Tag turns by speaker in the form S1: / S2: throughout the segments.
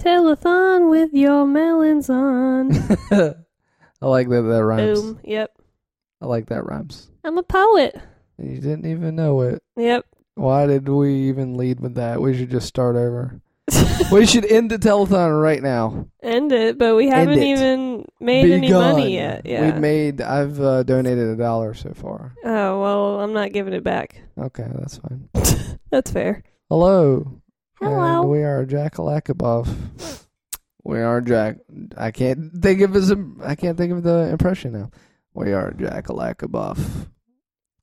S1: Telethon with your melons on.
S2: I like that that rhymes.
S1: Boom. Yep.
S2: I like that rhymes.
S1: I'm a poet.
S2: You didn't even know it.
S1: Yep.
S2: Why did we even lead with that? We should just start over. we should end the telethon right now.
S1: End it, but we haven't
S2: it.
S1: even made any
S2: Begun.
S1: money yet. Yeah.
S2: We've made. I've uh, donated a dollar so far.
S1: oh well, I'm not giving it back.
S2: Okay, that's fine.
S1: That's fair.
S2: Hello.
S1: Hello.
S2: And we are Jack Alakabov. We are Jack. I can't think of his. im- I can't think of the impression now. We are Jack Alakabov.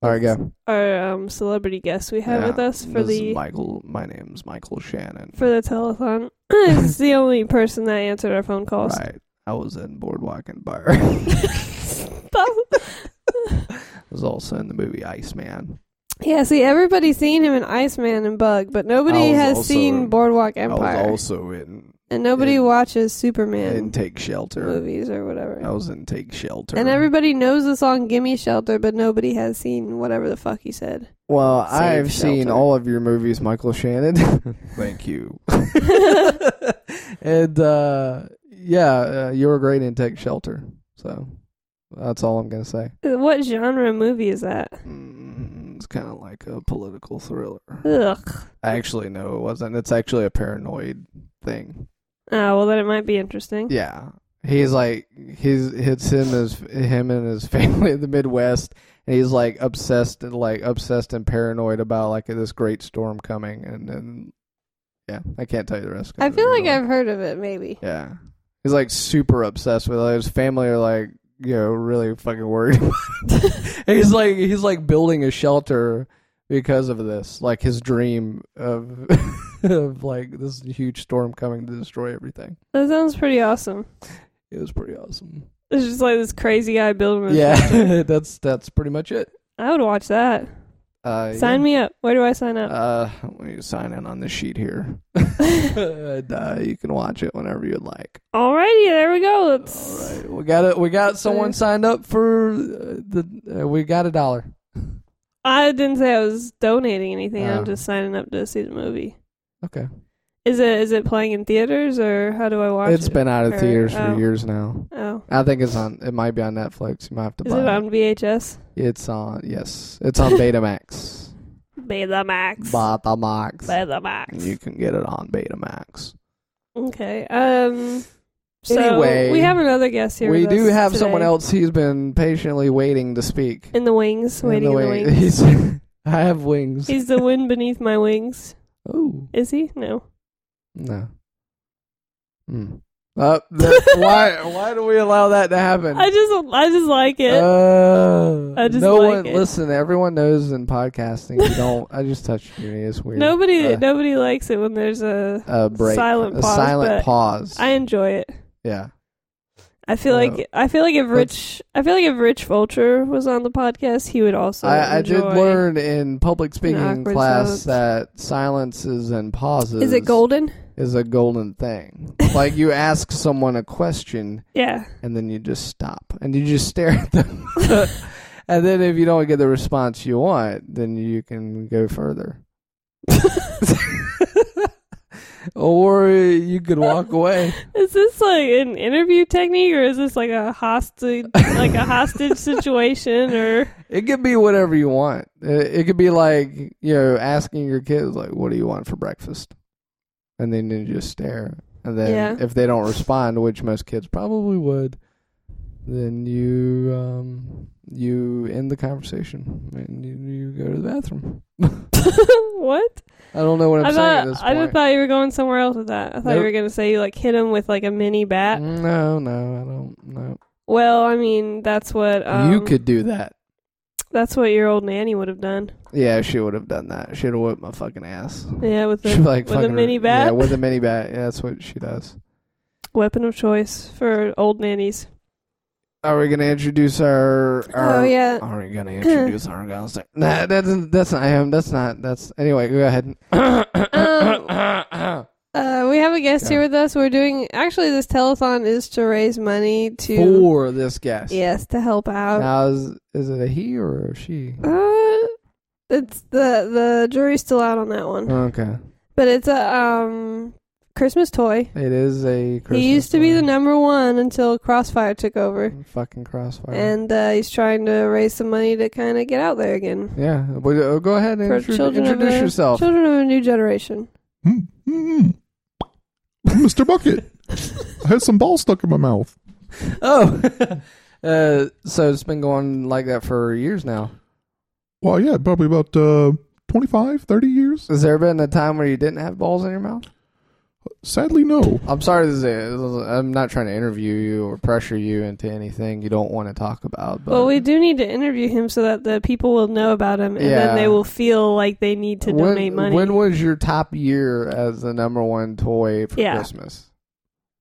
S2: All right, go.
S1: Our um, celebrity guest we have
S2: Yeah,
S1: with us for
S2: this is
S1: the
S2: Michael. My name's Michael Shannon.
S1: for the telethon is the only person that answered our phone calls.
S2: Right. I was in Boardwalk and Bar. I was also in the movie Iceman.
S1: Yeah, see, everybody's seen him in Iceman and Bug, but nobody
S2: I was
S1: has
S2: also
S1: seen
S2: in-
S1: Boardwalk
S2: I was
S1: Empire,
S2: also in
S1: and nobody
S2: in-
S1: watches Superman
S2: in Take Shelter.
S1: movies or whatever.
S2: I was in Take Shelter.
S1: And everybody knows the song "Gimme Shelter," but nobody has seen whatever the fuck he said.
S2: well,
S1: Save
S2: I've seen
S1: Shelter.
S2: all of your movies, Michael Shannon. Thank you. and uh, yeah, uh, you were great in Take Shelter. So that's all I'm gonna say.
S1: What genre movie is that?
S2: Mm, it's kind of like a political thriller.
S1: Ugh.
S2: Actually, no, it wasn't. It's actually a paranoid thing.
S1: Oh, well, then it might be interesting.
S2: Yeah, he's like he's it's him as him and his family in the Midwest, and he's like obsessed and like obsessed and paranoid about like this great storm coming, and then yeah, I can't tell you the rest. 'cause
S1: I feel like
S2: really-
S1: I've heard of it, maybe.
S2: yeah, he's like super obsessed with it. his family are like you know really fucking worried. he's like he's like building a shelter because of this, like his dream of of like this huge storm coming to destroy everything.
S1: That sounds pretty awesome.
S2: It was pretty awesome.
S1: It's just like this crazy guy building. a-
S2: yeah, that's that's pretty much it.
S1: I would watch that.
S2: Uh,
S1: Sign me up. Where do I sign up?
S2: Uh, let me sign in on this sheet here. and, uh, you can watch it whenever you'd like.
S1: Alrighty, there we go.
S2: All
S1: Let's.
S2: right, we got it. We got someone signed up for uh, the. Uh, we got a dollar.
S1: I didn't say I was donating anything.
S2: Oh.
S1: I'm just signing up to see the movie.
S2: Okay,
S1: Is it is it playing in theaters or how do I watch
S2: it's
S1: it?
S2: been out of
S1: or-
S2: theaters for
S1: oh.
S2: years now.
S1: oh,
S2: I think it's on. It might be on Netflix. You might have to
S1: is
S2: buy
S1: it on VHS?
S2: It's on. Yes, it's on Betamax.
S1: Betamax.
S2: Betamax.
S1: Betamax.
S2: You can get it on Betamax.
S1: Okay. Um. So
S2: Anyway,
S1: we have another guest here.
S2: we
S1: with
S2: do
S1: us
S2: have someone
S1: today.
S2: else who's been patiently waiting to speak.
S1: in the wings,
S2: In
S1: waiting in the,
S2: wing-
S1: wings. He's,
S2: He's, I have wings.
S1: the wind beneath my wings.
S2: oh
S1: Is he? No.
S2: no. Mm. Uh, that- why? Why do we allow that to happen?
S1: I just, I just like it.
S2: Oh, Uh,
S1: I just
S2: no
S1: like
S2: one.
S1: it.
S2: Listen, everyone knows in podcasting. You don't. I just touched your knee. It's weird.
S1: nobody,
S2: Uh,
S1: nobody likes it when there's a.
S2: a break.
S1: silent
S2: a
S1: pause,
S2: silent
S1: but
S2: pause.
S1: I enjoy it.
S2: yeah.
S1: I feel
S2: Uh,
S1: like I feel like if Rich I feel like if Rich Vulture was on the podcast, he would also.
S2: I, I did
S1: enjoy-
S2: learn in public speaking
S1: awkward
S2: class
S1: silence.
S2: that silences and pauses
S1: Is it golden?
S2: is a golden thing. like you ask someone a question
S1: Yeah.
S2: and then you just stop and you just stare at them. and then if you don't get the response you want, then you can go further. or you could walk away.
S1: Is this like an interview technique, or is this like a hostage, like a hostage situation, or
S2: It could be whatever you want. It, it could be like, you know, asking your kids like, "What do you want for breakfast?" And then you just stare. And then
S1: Yeah.
S2: if they don't respond, which most kids probably would, then you um you end the conversation and you, you go to the bathroom.
S1: what?
S2: I don't know what I'm
S1: I
S2: saying at
S1: thought
S2: this
S1: I just
S2: point.
S1: thought you were going somewhere else with that. I thought you
S2: Nope. Mm.
S1: were gonna say you like hit him with like a mini bat.
S2: no, no, I don't. No,
S1: Well, I mean that's what um,
S2: you could do that.
S1: That's what your old nanny would have done.
S2: Yeah, she would have done that. She'd have whipped my fucking ass.
S1: Yeah, with
S2: She'd
S1: a
S2: be like
S1: with a
S2: fucking-
S1: mini bat,
S2: Yeah, with a mini bat. Yeah, that's what she does.
S1: weapon of choice for old nannies.
S2: Are we gonna introduce our? our
S1: oh yeah.
S2: Are we gonna introduce our guys? Nah, that doesn't. That's not him. That's not. That's anyway. Go ahead.
S1: Uh, we have a guest
S2: Yeah.
S1: here with us. We're doing actually this telethon is to raise money to
S2: For this guest.
S1: yes to help out.
S2: Now is is it a he or a she?
S1: Uh, it's the the jury's still out on that one,
S2: Okay.
S1: but it's a um Christmas toy.
S2: It is a. Christmas
S1: he used to be the
S2: one.
S1: number one until Crossfire took over,
S2: Fucking crossfire.
S1: and uh, he's trying to raise some money to kind of get out there again.
S2: yeah, but, uh, go ahead and
S1: For
S2: intro-
S1: children of
S2: introduce
S1: the-
S2: yourself.
S1: Children of a new generation.
S3: Mm-mm. Mr. Mm-hmm. Bucket, I had some balls stuck in my mouth.
S2: Oh, uh, so it's been going like that for years now.
S3: Well, yeah, probably about uh, 25, 30 years.
S2: Has there been a time where you didn't have balls in your mouth?
S3: Sadly, no.
S2: I'm sorry to say, I'm not trying to interview you or pressure you into anything you don't want to talk about. But
S1: Well, we do need to interview him so that the people will know about him, and
S2: Yeah.
S1: then they will feel like they need to
S2: when,
S1: donate money.
S2: When was your top year as the number one toy for
S1: Yeah.
S2: Christmas?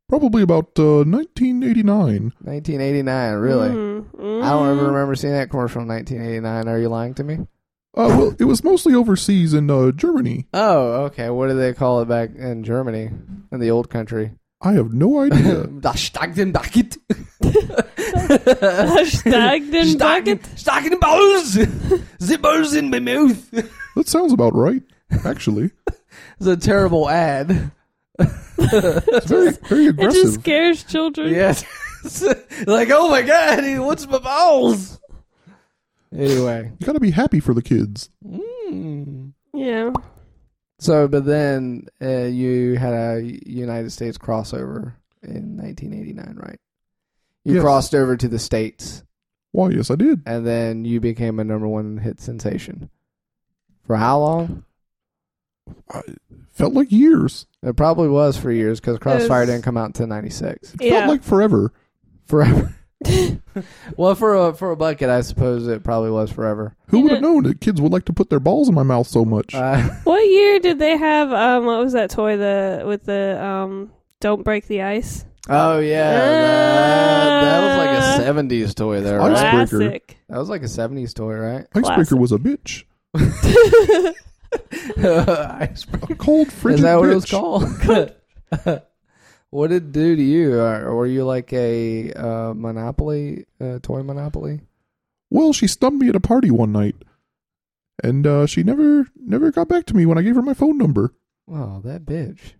S3: Probably about uh, 1989.
S2: 1989, really?
S1: Mm, mm.
S2: I don't ever remember seeing that commercial in 1989. Are you lying to me?
S3: Uh, well, it was mostly overseas in uh, Germany.
S2: Oh, okay. What do they call it back in Germany, in the old country?
S3: I have no idea.
S2: Das Stagden Bucket.
S1: Stagden bucket.
S2: Stagden Balls. The balls in my mouth.
S3: that sounds about right, actually.
S2: It's a terrible ad.
S3: It's very, very
S1: It just
S3: aggressive.
S1: scares children.
S2: yes. like, oh my god, he wants my balls. Anyway.
S3: You gotta be happy for the kids.
S2: Mm.
S1: Yeah.
S2: So, but then uh, you had a United States crossover in 1989, right? You
S3: Yes.
S2: crossed over to the States,
S3: Why, yes, I did.
S2: and then you became a number one hit sensation. For how long?
S3: Felt like years.
S2: It probably was for years because Crossfire
S1: was-
S2: didn't come out until 96.
S1: Yeah.
S3: Felt like forever.
S2: Forever. well, for a, for a bucket, I suppose it probably was forever.
S3: Who
S1: You
S3: would have
S1: know-
S3: known that kids would like to put their balls in my mouth so much?
S2: Uh,
S1: what year did they have? Um, what was that toy? The with the um, don't break the ice.
S2: Oh yeah, that, that was like a seventies toy there.
S3: Ice
S2: Right?
S3: breaker.
S1: Classic.
S2: That was like a seventies toy, right?
S3: Icebreaker
S1: Classic.
S3: was a bitch.
S2: Icebreaker.
S3: A cold, frigid
S2: Is that what it was
S3: bitch.
S2: called? what did it do to you? Or Were you like a uh, Monopoly uh, toy Monopoly?
S3: Well, she stumped me at a party one night, and uh, she never never got back to me when I gave her my phone number.
S2: Wow, Oh, that bitch.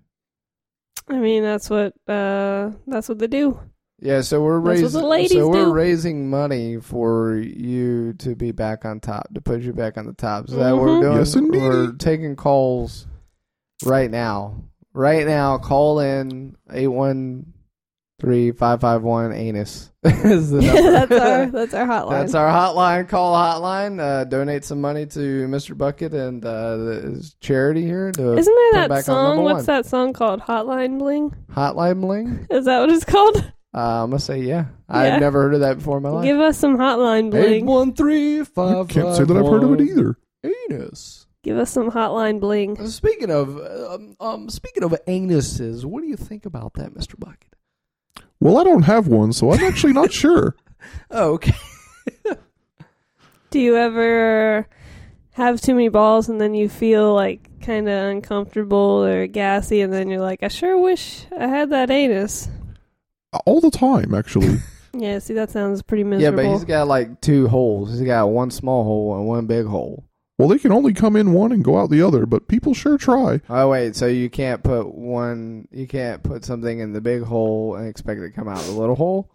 S1: I mean, that's what uh, that's what they do.
S2: Yeah, so we're
S1: That's what
S2: raising.
S1: the ladies
S2: So we're
S1: do.
S2: raising money for you to be back on top, to put you back on the top. Is that what we're
S1: Mhm.
S2: doing?
S3: Yes, indeedy.
S2: We're taking calls right now. Right now, call in eight one three five five one anus is the number.
S1: that's our that's our hotline.
S2: That's our hotline. Call hotline. Uh, donate some money to Mr. Bucket and uh, his charity here. To
S1: Isn't there
S2: put
S1: that
S2: back on
S1: song?
S2: number
S1: What's
S2: one.
S1: that song called? Hotline Bling?
S2: hotline bling?
S1: Is that what it's called?
S2: Uh, I'm gonna say yeah.
S1: Yeah.
S2: I've never heard of that before in my life.
S1: Give us some Hotline
S2: Eight
S1: Bling.
S2: one three five.
S3: I can't say that I've heard of it either.
S2: Anus.
S1: Give us some Hotline Bling.
S2: Speaking of, um, um, speaking of anuses, what do you think about that, Mister Bucket?
S3: Well, I don't have one, so I'm actually not sure.
S2: Oh, okay.
S1: Do you ever have too many balls and then you feel like kind of uncomfortable or gassy and then you're like, I sure wish I had that anus.
S3: All the time, actually.
S1: Yeah, see, that sounds pretty
S2: Yeah,
S1: miserable.
S2: but he's got like two holes. He's got one small hole and one big hole.
S3: Well, they can only come in one and go out the other, but people sure try.
S2: Oh wait, so you can't put one, you can't put something in the big hole and expect it to come out the little hole,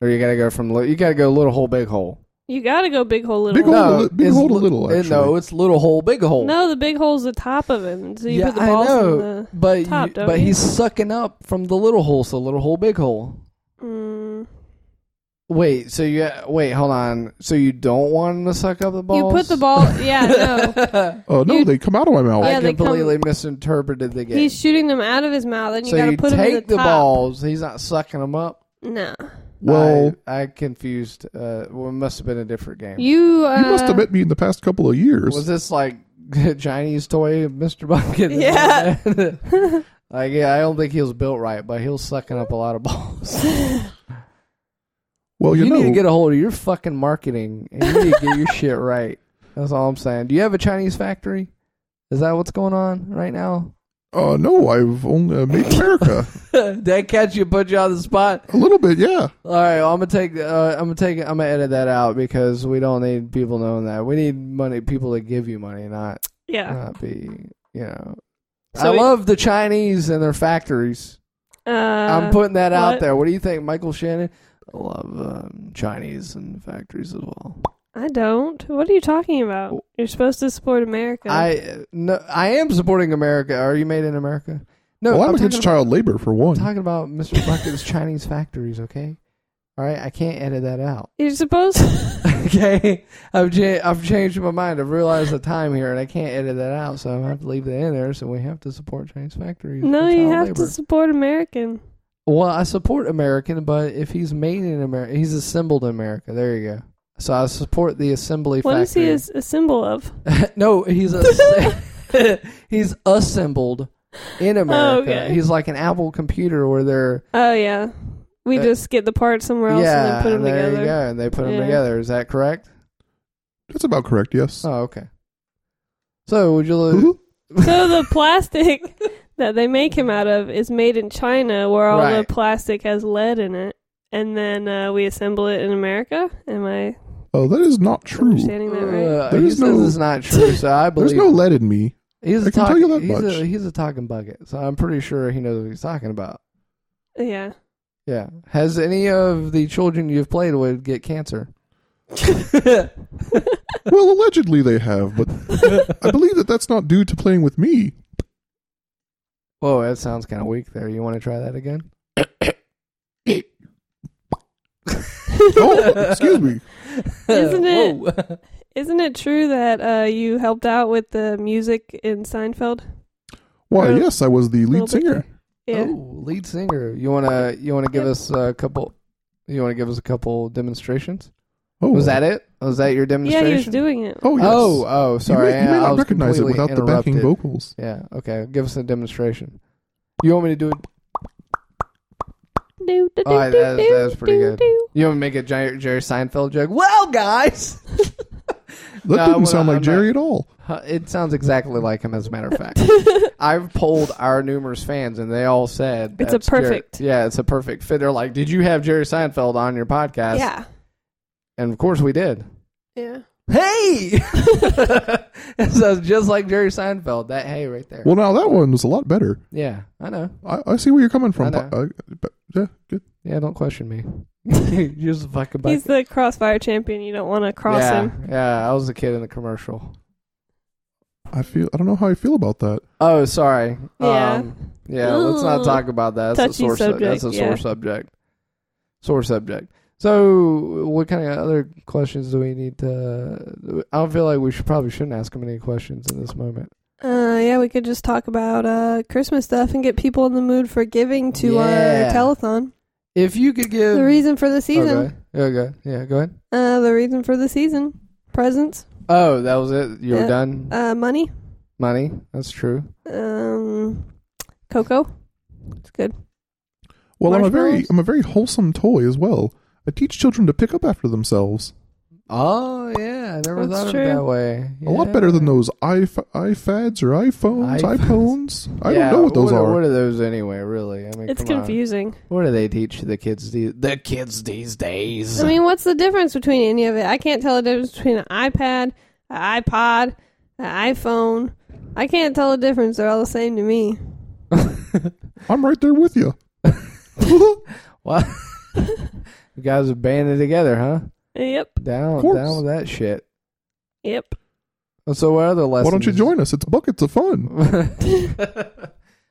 S2: or you gotta go from li- you gotta go little hole, big hole.
S1: you gotta go big hole, little
S3: Big
S1: hole.
S3: hole. to li- big
S2: it's
S3: hole to
S2: li-
S3: little,
S2: eh, No,
S3: actually.
S2: it's little hole, big hole.
S1: No, the big hole's the top of it. So you
S2: Yeah,
S1: put the
S2: I
S1: balls
S2: know,
S1: in the.
S2: but you-
S1: top, don't
S2: but
S1: you?
S2: he's sucking up from the little hole, so little hole, big hole.
S1: Mm.
S2: Wait, so you wait, hold on. So you don't want him to suck up the
S1: You
S2: balls?
S1: put the ball. Yeah, no.
S2: no.
S3: Uh, no,
S1: You-
S3: they come out of my mouth.
S2: I
S1: Yeah, they come-
S2: completely misinterpreted the game.
S1: He's shooting them out of his mouth, and you
S2: so
S1: gotta
S2: you
S1: put them in the,
S2: take the,
S1: top.
S2: balls. He's not sucking them up.
S1: No,
S3: well,
S2: I, I confused. Uh, well, it must have been a different game.
S1: you. Uh,
S3: you must have met me in the past couple of years.
S2: Was this like Chinese toy, Mister Bucket?
S1: Yeah.
S2: like, yeah, I don't think he was built right, but he was sucking up a lot of balls.
S3: Well, you,
S2: you
S3: know,
S2: need to get a hold of your fucking marketing and you need to get your shit right. That's all I'm saying. Do you have a Chinese factory? Is that what's going on right now?
S3: uh, no, I've only uh, made in America
S2: Did I catch you? Put you on the spot.
S3: a little bit. Yeah,
S2: All right, well, I'm gonna take. Uh, I'm gonna take. I'm gonna edit that out because we don't need people knowing that. We need money. People to give you money, not
S1: Yeah.
S2: not be. You know.
S1: So
S2: I
S1: we-
S2: love the Chinese and their factories.
S1: Uh,
S2: I'm putting that out
S1: what?
S2: there. What do you think, Michael Shannon? I love um, Chinese and factories as well.
S1: I don't. What are you talking about? You're supposed to support America.
S2: Oh. I no, I am supporting America. Are you made in America? No,
S3: well, I'm,
S2: I'm
S3: against
S2: talking
S3: child labor for
S2: about,
S3: one.
S2: talking about Mr. Bucket's Chinese factories. Okay, all right. I can't edit that out.
S1: You're supposed.
S2: Okay, I've cha- I've changed my mind. I've realized the time here, and I can't edit that out, so I have to leave that in there. So we have to support Chinese factories.
S1: no,
S2: for
S1: you
S2: child
S1: have
S2: labor.
S1: to support American.
S2: Well, I support American, but if he's made in America, he's assembled in America. There you go. So I support the assembly
S1: What is he
S2: factory.
S1: is a symbol of?
S2: no, he's a, he's assembled in America.
S1: Oh, okay.
S2: He's like an Apple computer where they're
S1: Oh yeah, we
S2: Uh,
S1: just get the parts somewhere else and
S2: yeah,
S1: then put them
S2: there
S1: together.
S2: you go, and they put them
S1: Yeah.
S2: together. Is that correct?
S3: That's about correct. Yes.
S2: Oh, okay. So would you lose?
S3: Who?
S1: So the plastic that they make him out of is made in China, where all
S2: Right.
S1: the plastic has lead in it, and then uh, we assemble it in America. Am I
S3: Oh, that is not true.
S1: understanding that right?
S2: Uh, he
S3: There's
S2: says
S3: no-
S2: it's not true, so I believe.
S3: There's no lead in me.
S2: he's
S3: I
S2: a
S3: can
S2: talk,
S3: tell you that
S2: he's
S3: much.
S2: A, he's a talking bucket, so I'm pretty sure he knows what he's talking about.
S1: yeah.
S2: Yeah. Has any of the children you've played with get cancer?
S3: Well, allegedly they have, but I believe that that's not due to playing with me.
S2: Whoa, that sounds kind of weak there. You want to try that again?
S3: Oh, excuse me.
S1: Isn't it-
S2: Whoa.
S1: Isn't it true that uh, you helped out with the music in Seinfeld?
S3: Why?
S1: Uh,
S3: yes, I was the
S1: little
S3: lead
S1: bit
S3: singer.
S1: Yeah.
S2: Oh, lead singer. You wanna you wanna give
S1: Yep.
S2: us a couple? You wanna give us a couple demonstrations?
S3: Oh,
S2: Was that it? Was that your
S1: Yeah,
S2: demonstration?
S1: he was doing it.
S3: Oh, yes.
S2: Oh, oh,
S3: You
S2: sorry.
S3: may, you may
S2: I
S3: not
S2: was
S3: recognize it
S2: completely
S3: without the backing
S2: interrupted.
S3: vocals.
S2: Yeah. Okay. Give us a demonstration. You want me to do it?
S1: Do, do, do,
S2: Alright,
S1: do,
S2: that is- that is pretty
S1: do,
S2: good.
S1: do.
S2: You want me to make a Jerry, Jerry Seinfeld joke? Well, guys,
S3: That
S2: No,
S3: didn't
S2: well,
S3: sound like
S2: I'm not-
S3: Jerry at all.
S2: Huh, it sounds exactly like him. As a matter of fact, I've polled our numerous fans, and they all said
S1: It's a
S2: that's Jerry-
S1: perfect-
S2: yeah, it's a perfect fit. They're like, "Did you have Jerry Seinfeld on your podcast?"
S1: Yeah.
S2: and of course we did.
S1: Yeah.
S2: Hey, so it's just like Jerry Seinfeld. That hey right there.
S3: Well, now that one was a lot better.
S2: Yeah, I know.
S3: I, I see where you're coming from.
S2: I know.
S3: but- uh, but, yeah, good.
S2: Yeah, don't question me. You're just a fucking
S1: He's
S2: bucket.
S1: the crossfire champion. You don't want to cross
S2: yeah,
S1: him.
S2: Yeah, I was a kid in the commercial.
S3: I feel. I don't know how I feel about that.
S2: Oh, sorry.
S1: Yeah.
S2: Um, yeah, let's not
S1: Ooh.
S2: talk about that. That's
S1: Touchy
S2: a sore subject.
S1: subject,
S2: that's a
S1: yeah.
S2: sore subject. Sore subject. So, what kind of other questions do we need to? I don't feel like we should probably shouldn't ask him any questions in this moment.
S1: Uh, yeah, we could just talk about uh, Christmas stuff and get people in the mood for giving to
S2: Yeah.
S1: our telethon.
S2: If you could give
S1: The reason for the season.
S2: Okay. okay. Yeah. Go ahead.
S1: Uh, the reason for the season. Presents.
S2: Oh, that was it. You were
S1: Yeah.
S2: done.
S1: Uh, money.
S2: Money. That's true.
S1: Um, cocoa. It's good.
S3: Well, I'm a very,
S1: Marshmallows?
S3: I'm a very wholesome toy as well. I teach children to pick up after themselves.
S2: Oh yeah, I never
S1: That's
S2: thought of
S1: true.
S2: it that way.
S3: A lot
S2: Yeah.
S3: better than those iPh- iPads or iPhones,
S2: iPhones.
S3: iPhones. I
S2: Yeah,
S3: don't know what those are.
S2: What are those anyway? Really? I mean,
S1: It's
S2: come on.
S1: confusing.
S2: What do they teach the kids? The, the kids these days.
S1: I mean, what's the difference between any of it? I can't tell the difference between an iPad, an iPod, an iPhone. I can't tell the difference. They're all the same to me.
S3: I'm right there with you.
S2: What? you guys are banded together, huh?
S1: Yep.
S2: Down,
S3: course.
S2: down with that shit.
S1: Yep.
S2: So what other lessons?
S3: Why don't you join us? It's buckets of fun.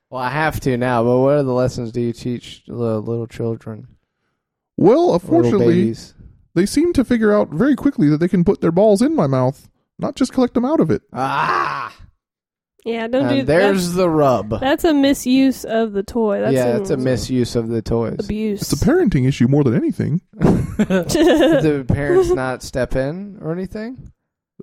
S2: well, I have to now. But what other lessons do you teach the little children,
S3: Well,
S2: little
S3: unfortunately,
S2: babies?
S3: they seem to figure out very quickly that they can put their balls in my mouth, not just collect them out of it.
S2: Ah,
S1: Yeah. Don't
S2: and
S1: do
S2: there's the rub.
S1: That's, that's a misuse of the toy. That's
S2: yeah,
S1: an
S2: it's a misuse of the toys.
S1: Abuse.
S3: It's a parenting issue more than anything.
S2: Do parents not step in or anything?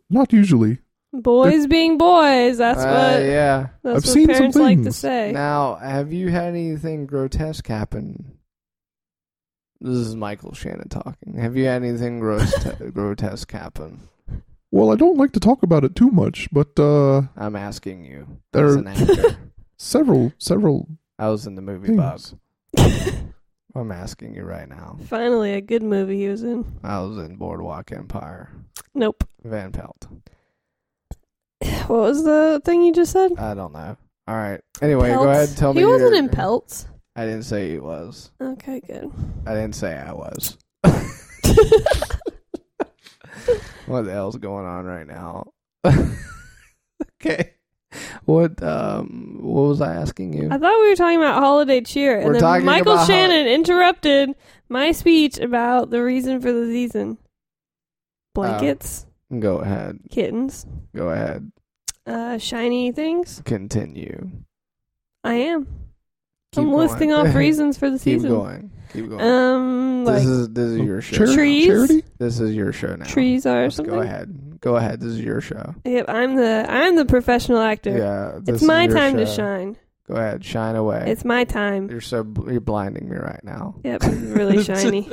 S3: Not usually.
S1: boys being boys. That's
S2: Uh,
S1: what.
S2: Yeah.
S1: That's what
S3: I've seen some
S1: parents like to
S3: things.
S1: say.
S2: Now, have you had anything grotesque happen? This is Michael Shannon talking. Have you had anything gross grotesque happen?
S3: Well, I don't like to talk about it too much, but uh,
S2: I'm asking you.
S3: There-
S2: As an actor,
S3: several, several.
S2: I was in the movie
S3: Things.
S2: Bob. I'm asking you right now.
S1: Finally, a good movie he was in.
S2: I was in Boardwalk Empire.
S1: Nope.
S2: Van Pelt.
S1: What was the thing you just said?
S2: I don't know. All right. Anyway,
S1: Pelts?
S2: go ahead. and Tell
S1: he
S2: me.
S1: wasn't
S2: your-
S1: in pelts.
S2: I didn't say he was.
S1: Okay, good.
S2: I didn't say I was. what the hell's going on right now? okay. What um what was I asking you?
S1: I thought we were talking about holiday cheer, and
S2: We're
S1: then
S2: talking
S1: Michael
S2: about
S1: Shannon interrupted my speech about the reason for the season: blankets,
S2: go ahead.
S1: kittens,
S2: Go ahead.
S1: uh, shiny things.
S2: Continue.
S1: I am.
S2: Keep
S1: I'm
S2: going.
S1: listing off reasons for the
S2: Keep
S1: season.
S2: going. Keep going.
S1: Um, like
S2: this is this is your show.
S3: Chari-
S1: Trees?
S3: Charity?
S2: This is your show now.
S1: trees are
S2: Let's
S1: something.
S2: go ahead. Go ahead. This is your show.
S1: Yep, I'm the I'm the professional actor.
S2: Yeah. this
S1: it's
S2: is
S1: my
S2: your
S1: time to
S2: show.
S1: shine.
S2: Go ahead. Shine away.
S1: It's my time.
S2: You're so bl- you're blinding me right now.
S1: Yep, really shiny.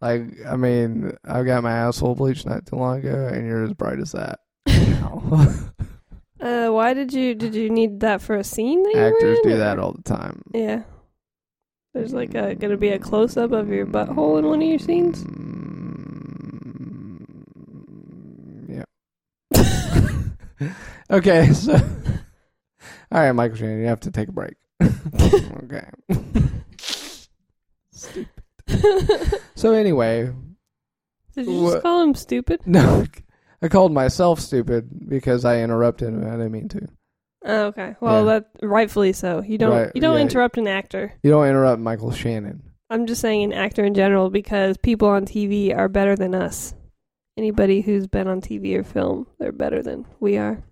S2: Like I mean, I got my asshole bleached not too long ago, and you're as bright as that. now.
S1: Uh, why did you did you need that for a scene that you
S2: Actors
S1: were in?
S2: do
S1: or-
S2: that all the time.
S1: Yeah. There's like a gonna be a
S2: Mm.
S1: close up of your butthole in one of your scenes.
S2: Yeah. Mm, okay, so all right, Michael Shannon, you have to take a break. okay.
S1: did
S2: So anyway,
S1: you just
S2: Wha-
S1: call him stupid?
S2: no, I called myself stupid because I interrupted. and I didn't mean to.
S1: Oh, okay. Well,
S2: Yeah.
S1: that rightfully so. You don't
S2: Right,
S1: you don't
S2: yeah.
S1: interrupt an actor.
S2: You don't interrupt Michael Shannon.
S1: I'm just saying an actor in general because people on TV are better than us. Anybody who's been on TV or film, they're better than we are.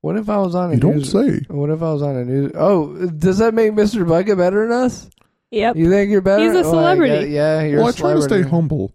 S2: What if I was on a
S3: You don't
S2: news?
S3: say.
S2: What if I was on a news? Oh, does that make Mr. Bucket better than us?
S1: Yep.
S2: You think you're better?
S1: He's a
S2: Well, I
S1: celebrity.
S2: guess- yeah, you're
S3: Well,
S2: a
S3: I try to
S2: celebrity.
S3: stay humble.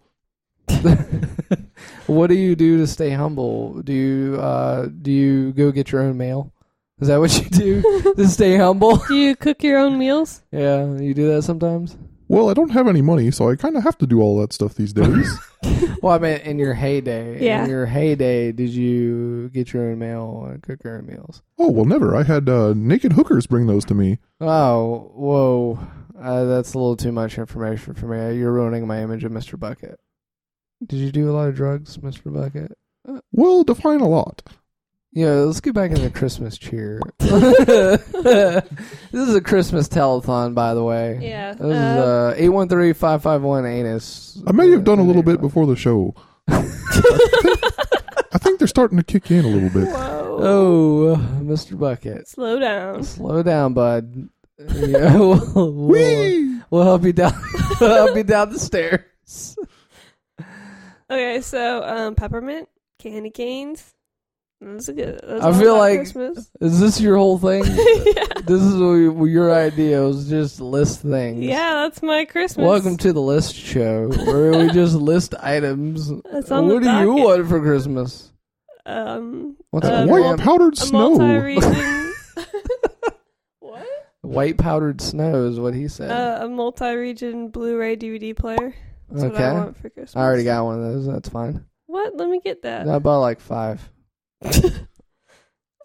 S2: what do you do to stay humble? Do you uh, do you go get your own mail? Is that what you do to stay humble?
S1: Do you cook your own meals?
S2: Yeah, you do that sometimes.
S3: Well, I don't have any money, so I kind of have to do all that stuff these days.
S2: Well, I mean, in your heyday,
S1: Yeah.
S2: in your heyday, did you get your own mail and cook your own meals?
S3: oh well, never. I had uh, naked hookers bring those to me.
S2: Oh, whoa, uh, that's a little too much information for me. You're ruining my image of Mr. Bucket. Did you do a lot of drugs, Mr. Bucket?
S3: Well, define a lot.
S2: Yeah, let's get back into Christmas cheer. this is a Christmas telethon, by the way.
S1: Yeah,
S2: This is uh, 813-551-ANUS.
S3: I may have done a little bit before the show.
S1: uh,
S3: I think they're starting to kick in a little bit.
S1: Whoa.
S2: uh, Oh, Mr. Bucket.
S1: Slow down.
S2: Slow down, bud. Yeah, we'll, we'll,
S3: Whee!
S2: we'll help you down. we'll help you down the stairs.
S1: Okay, so um, peppermint, candy canes. That's a good. That's
S2: I
S1: all
S2: feel
S1: about
S2: like-
S1: Christmas.
S2: Is this your whole thing?
S1: yeah.
S2: this is what you- your idea was just list things.
S1: yeah, that's my Christmas.
S2: Welcome to the list show, where we just list items.
S1: It's on the
S2: What do you
S1: docket.
S2: want for Christmas?
S1: Um,
S2: What's
S1: Uh,
S2: a
S3: White
S2: damn-
S3: powdered
S1: a
S3: snow.
S1: multi-region. what?
S2: White powdered snow is what he said.
S1: Uh, a multi-region Blu-ray DVD player. That's what
S2: okay.
S1: I
S2: I,
S1: want for Christmas. Uh,
S2: already got one of those. That's fine.
S1: What? Let me get that.
S2: I bought like five. I'm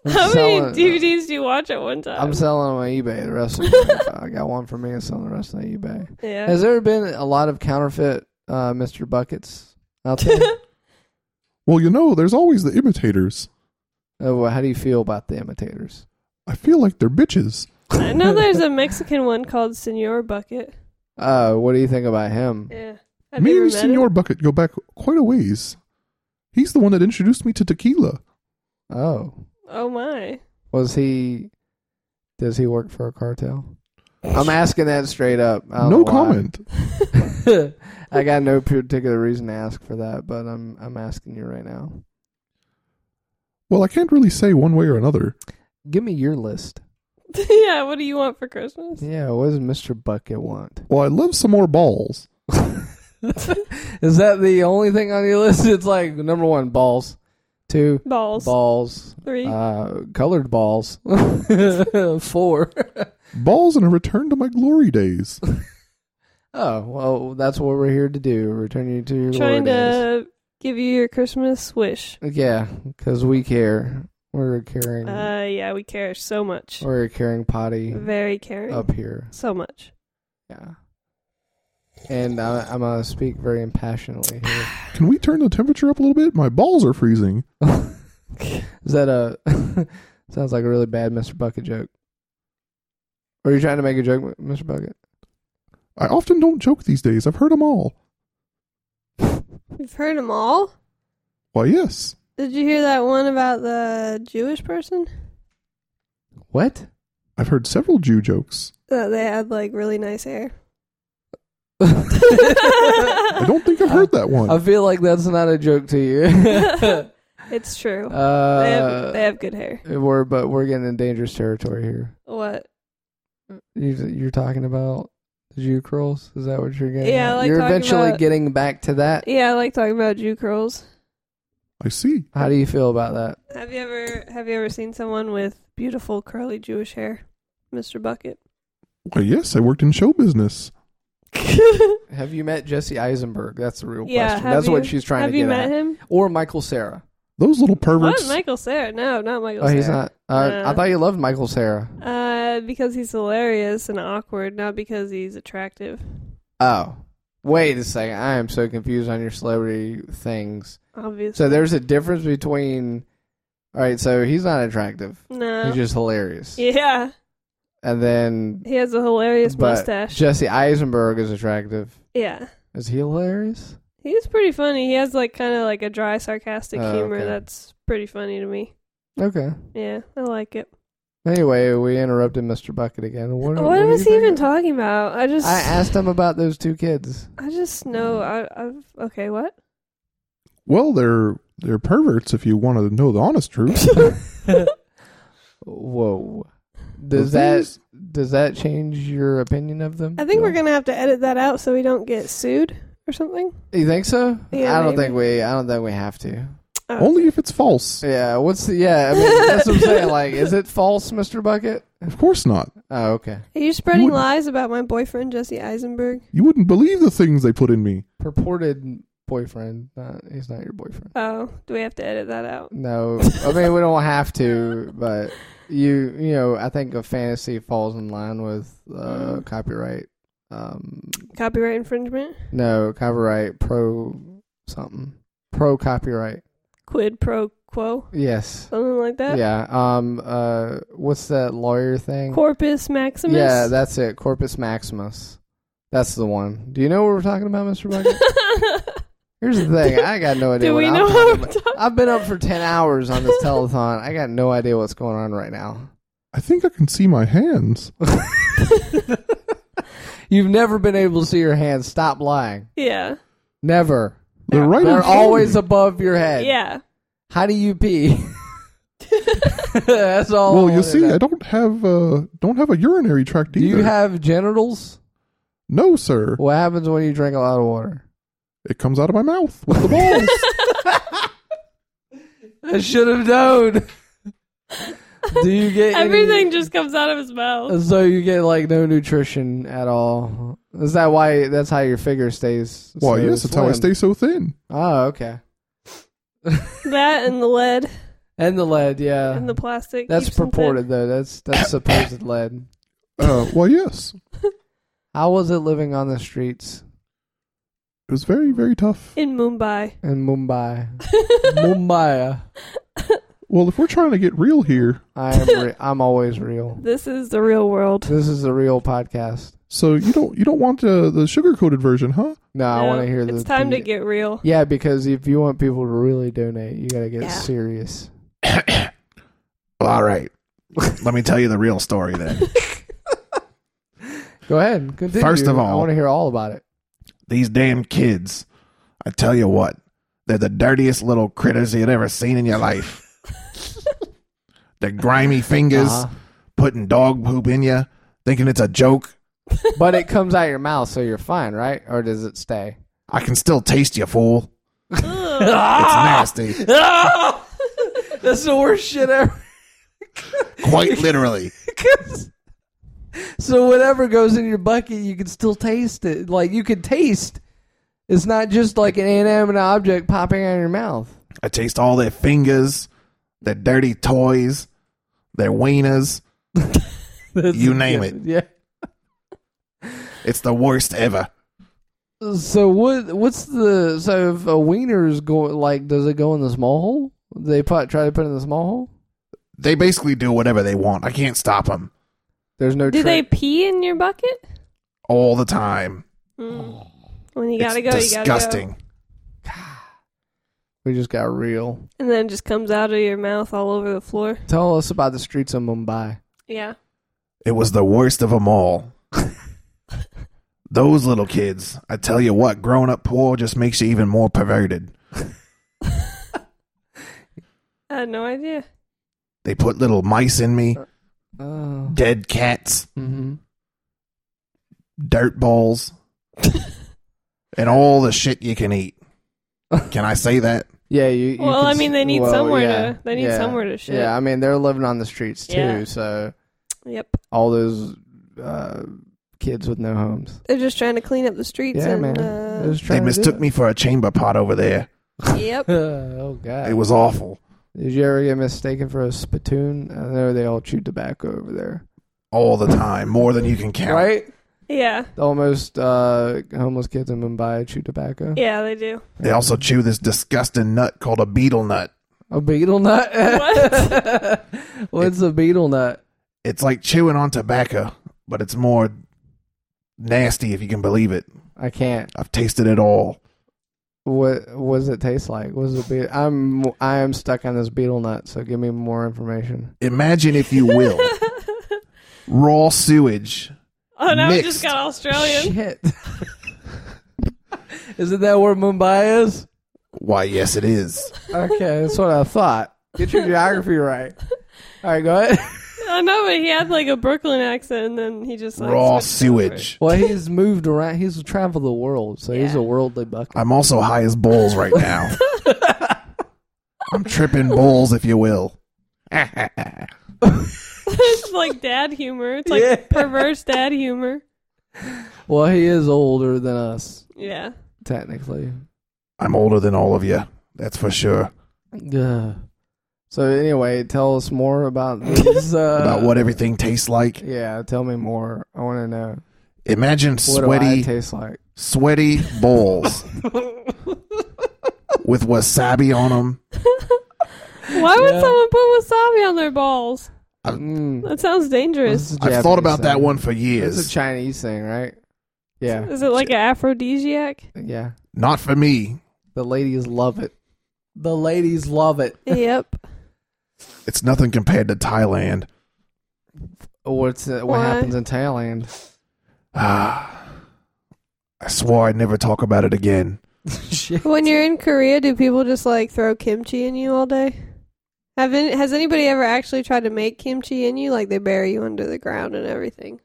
S1: How many
S2: selling- uh,
S1: DVDs do you watch at one time?
S2: I'm selling on eBay. The rest of them. I got one for me and selling the rest on eBay.
S1: yeah.
S2: Has there been a lot of counterfeit uh, Mr. Buckets out there?
S3: Well, you know, there's always the imitators.
S2: oh, well, how do you feel about the imitators?
S3: I feel like they're bitches.
S1: I know there's a Mexican one called Senor Bucket.
S2: Uh, what do you think about him?
S1: Yeah. Have
S3: me
S1: you ever
S3: and
S1: met him?
S3: Senor Bucket go back quite a ways. He's the one that introduced me to tequila.
S2: Oh,
S1: Oh my.
S2: was he? Does he work for a cartel? I'm asking that straight up. I don't know Oh,
S3: No
S2: why.
S3: comment.
S2: I got no particular reason to ask for that, but I'm I'm asking you right now.
S3: Well, I can't really say one way or another.
S2: Give me your list.
S1: yeah, what do you want for Christmas?
S2: Yeah, what does Mr. Bucket want?
S3: Well, I love some more balls.
S2: Is that the only thing on your list? It's like number one, balls. Two,
S1: Balls.
S2: balls.
S1: Three.
S2: Uh, colored balls. Four.
S3: Balls and a return to my glory days.
S2: Oh well, that's what we're here to do. Return you to your
S1: Trying
S2: Lord
S1: to give you your Christmas wish.
S2: is. Yeah, because we care. We're a caring.
S1: Uh, yeah, we care so much.
S2: we're a caring potty
S1: Very caring.
S2: up here.
S1: So much.
S2: Yeah. And I, I'm gonna speak very impassionately here.
S3: Can we turn the temperature up a little bit? My balls are freezing.
S2: Is that a sounds like a really bad Mr. Bucket joke? Are you trying to make a joke, Mr. Bucket?
S3: I often don't joke these days. I've heard them all.
S1: You've heard them all?
S3: Why, yes.
S1: Did you hear that one about the Jewish person?
S2: What?
S3: I've heard several Jew jokes.
S1: That they had like really nice hair.
S3: I don't think I've heard that one.
S2: I feel like that's not a joke to you.
S1: It's true.
S2: uh,
S1: they, have, they have good hair.
S2: we're but we're getting in dangerous territory here.
S1: What?
S2: You, you're talking about the Jew curls? Is that what you're getting?
S1: Yeah,
S2: at?
S1: like
S2: you're
S1: talking
S2: eventually
S1: about-
S2: getting back to that.
S1: Yeah, I like talking about Jew curls.
S3: I see.
S2: How do you feel about that?
S1: Have you ever have you ever seen someone with beautiful curly Jewish hair, Mister Bucket?
S3: Why, yes, I worked in show business.
S2: Have you met Jesse Eisenberg? That's the real
S1: Yeah,
S2: question.
S1: have
S2: That's what
S1: you-
S2: she's trying
S1: have
S2: to
S1: you
S2: get
S1: met
S2: at.
S1: him?
S2: Or Michael Sarah.
S3: Those little
S1: What?
S3: perverts.
S1: Michael Sarah? No, not Michael.
S2: Oh, he's
S1: Cera.
S2: not. Uh, I
S1: Uh,
S2: thought you loved Michael Sarah.
S1: Uh, because he's hilarious and awkward, not because he's attractive.
S2: Oh, wait a second. I am so confused on your celebrity things.
S1: Obviously,
S2: So there's a difference between. All right, so he's not attractive.
S1: no.
S2: He's just hilarious.
S1: Uh, yeah,
S2: And then
S1: he has a hilarious
S2: but
S1: mustache.
S2: Jesse Eisenberg is attractive.
S1: yeah,
S2: Is he hilarious?
S1: he's pretty funny. He has like kind of like a dry, sarcastic
S2: Oh,
S1: humor
S2: okay.
S1: that's pretty funny to me.
S2: Okay.
S1: Yeah, I like it.
S2: Anyway, we interrupted Mr. Bucket again. What,
S1: What,
S2: what do you
S1: was he
S2: think
S1: even
S2: of-
S1: talking about? I just
S2: I asked him Mm. about those two kids.
S1: I just know. I, I okay. What?
S3: well, they're they're perverts if you want to know the honest truth.
S2: Whoa. Does
S3: The thing
S2: that
S3: is-
S2: does that change your opinion of them?
S1: I think we're
S2: No.
S1: gonna have to edit that out so we don't get sued or something.
S2: You think so?
S1: Yeah,
S2: I don't
S1: maybe.
S2: think we. I don't think we have to.
S1: Oh.
S3: Only if it's false.
S2: Yeah. What's the? Yeah. I mean, that's what I'm saying. Like, is it false, Mister Bucket?
S3: Of course not.
S2: Oh, okay.
S1: Are you spreading
S3: wouldn't-
S1: lies about my boyfriend Jesse Eisenberg?
S3: You wouldn't believe the things they put in me.
S2: Purported boyfriend. Not, he's not your boyfriend.
S1: Oh, do we have to edit that out?
S2: No. I mean, we don't have to, but you, you know, I think a fantasy falls in line with uh,
S1: Mhm.
S2: copyright. Um,
S1: Copyright infringement?
S2: no, copyright pro something. Pro copyright.
S1: Quid pro quo?
S2: Yes.
S1: Something like that?
S2: Yeah. Um. Uh. What's that lawyer thing?
S1: Corpus maximus?
S2: Yeah, that's it. Corpus maximus. That's the one. Do you know what we're talking about, Mr. Bucket? Here's the thing. I got no idea
S1: Do
S2: what
S1: we
S2: I'm
S1: know
S2: talking
S1: what we're
S2: about.
S1: talking
S2: I've been up for 10 hours on this telethon. I got no idea what's going on right now.
S3: I think I can see my hands.
S2: You've never been able to see your hands. Stop lying.
S1: Yeah.
S2: Never.
S3: They're right. in
S2: They're
S3: front of me.
S2: always above your head.
S1: Yeah.
S2: How do you pee? That's all. I
S3: Well, you
S2: wanna
S3: see,
S2: know.
S3: I don't have uh don't have a urinary tract
S2: do
S3: either.
S2: you have genitals?
S3: no, sir.
S2: What happens when you drink a lot of water?
S3: It comes out of my mouth with the balls.
S2: I should have known. do you get any-
S1: Everything just comes out of his mouth.
S2: So you get like no nutrition at all. Is that why? That's how your figure stays.
S3: Why?
S2: so
S3: yes, that's how I
S2: slim?
S3: stay so thin.
S2: Oh, okay.
S1: that and the lead
S2: And the lead, yeah.
S1: and the plastic.
S2: Uh, that's
S1: keeps him thin.
S2: purported though. That's that's supposed lead.
S3: Uh, well, yes,
S2: How was it living on the streets
S3: it was very very tough.
S1: In Mumbai.
S2: in Mumbai? Mumbai.
S3: Well, if we're trying to get real here,
S2: I am. Re- I'm always real.
S1: This is the real world.
S2: This is a real podcast.
S3: so you don't you don't want uh, the sugar coated version, huh?
S2: No, I want to hear the.
S1: It's time to
S2: the-
S1: get real.
S2: Yeah, because if you want people to really donate, you gotta get
S1: Yeah.
S2: serious.
S4: Well, all right. Let me tell you the real story then.
S2: Go ahead. Continue.
S4: First of
S2: I
S4: all-
S2: want to hear all about it.
S4: These damn kids, I tell you what, they're the dirtiest little critters you'd ever seen in your life. Their grimy fingers
S2: Uh-huh.
S4: putting dog poop in you, thinking it's a joke.
S2: but it comes out your mouth, so you're fine, right? Or does it stay?
S4: I can still taste you, fool.
S1: Ugh.
S4: It's nasty,
S2: That's the worst shit ever.
S4: quite literally.
S2: so whatever goes in your bucket, you can still taste it. Like you can taste. It's not just like an inanimate object popping out of your mouth.
S4: I taste all their fingers, their dirty toys, their wieners.
S2: That's
S4: You name it.
S2: Yeah.
S4: It's the worst ever.
S2: So what? What's the? So if a wiener is going, like, does it go in the small hole? They put try to put it in the small hole.
S4: They basically do whatever they want. I can't stop them
S2: There's no.
S1: Do they
S2: trick.
S1: pee in your bucket?
S4: all the time.
S1: Mm. When you gotta go,
S4: it's
S1: you gotta
S4: disgusting.
S2: We just got real.
S1: go. And then it just comes out of your mouth all over the floor.
S2: Tell us about the streets of Mumbai.
S1: Yeah.
S4: It was the worst of them all. Those little kids, I tell you what, growing up poor just makes you even more perverted.
S1: I had no idea.
S4: They put little mice in me,
S2: Oh.
S4: dead cats,
S2: hmm
S4: dirt balls, and all the shit you can eat. Can I say that?
S2: Yeah, you. you
S1: Well,
S2: can
S1: I mean,
S2: s-
S1: they need
S2: well,
S1: somewhere
S2: yeah,
S1: to. They need
S2: yeah,
S1: somewhere to shit.
S2: Yeah, I mean, they're living on the streets too.
S1: Yeah.
S2: So
S1: Yep.
S2: all those uh, kids with no homes.
S1: They're just trying to clean up the streets.
S2: Yeah,
S1: and,
S2: man.
S1: uh,
S2: They're just
S4: They
S2: trying to
S4: mistook
S2: do
S4: me for a chamber pot over there.
S2: it.
S1: Yep.
S2: oh God.
S4: It was awful.
S2: Did you ever get mistaken for a spittoon? I know they all chew tobacco over there.
S4: All the time, more than you can count.
S2: Right?
S1: Yeah.
S2: Almost uh, homeless kids in Mumbai chew tobacco.
S1: Yeah, they do.
S4: They also chew this disgusting nut called a betel nut.
S2: a beetle nut.
S1: What?
S2: What's a beetle nut?
S4: It's like chewing on tobacco, but it's more nasty if you can believe it.
S2: I can't.
S4: I've tasted it all.
S2: What What does it taste like? What does it be? I'm I am stuck on this beetle nut. So give me more information.
S4: Imagine, if you will, raw sewage.
S1: oh, now we
S4: Mixed.
S1: just got Australian.
S2: Shit. Isn't that where Mumbai is?
S4: Why, yes, it is.
S2: Okay, that's what I thought. Get your geography right. All right, go ahead.
S1: I know, Oh, but he had like a Brooklyn accent, and then he just like
S4: raw
S1: switched over.
S4: sewage.
S2: Well, he's moved around. He's traveled the world, so he's
S1: Yeah.
S2: a worldly buck.
S4: I'm also high as balls right now. I'm tripping balls, if you will.
S1: it's like dad humor. It's like
S2: Yeah.
S1: perverse dad humor.
S2: Well, he is older than us,
S1: Yeah.
S2: technically.
S4: I'm older than all of you. That's for sure.
S2: Yeah. So anyway, tell us more about these. Uh,
S4: About what everything tastes like.
S2: Yeah, tell me more. I want to know
S4: Imagine
S2: what do I
S4: sweaty,
S2: taste like.
S4: sweaty balls with wasabi on them.
S1: Why would
S2: Yeah.
S1: someone put wasabi on their balls?
S2: Mm.
S1: That sounds dangerous.
S2: This is a
S4: I've thought
S2: Japanese
S4: about that
S2: thing.
S4: one for
S2: It's a
S4: years.
S2: Chinese thing, right? Yeah,
S1: Is it like an aphrodisiac?
S2: yeah.
S4: Not for me.
S2: The ladies love it. The ladies love it.
S1: yep.
S4: It's nothing compared to Thailand.
S2: What's uh, what
S1: Why?
S2: happens in Thailand?
S4: Ah, I swore I'd never talk about it again.
S2: Shit.
S1: When you're in Korea, do people just like throw kimchi in you all day? Have any, has anybody ever actually tried to make kimchi in you? Like they bury you under the ground and everything.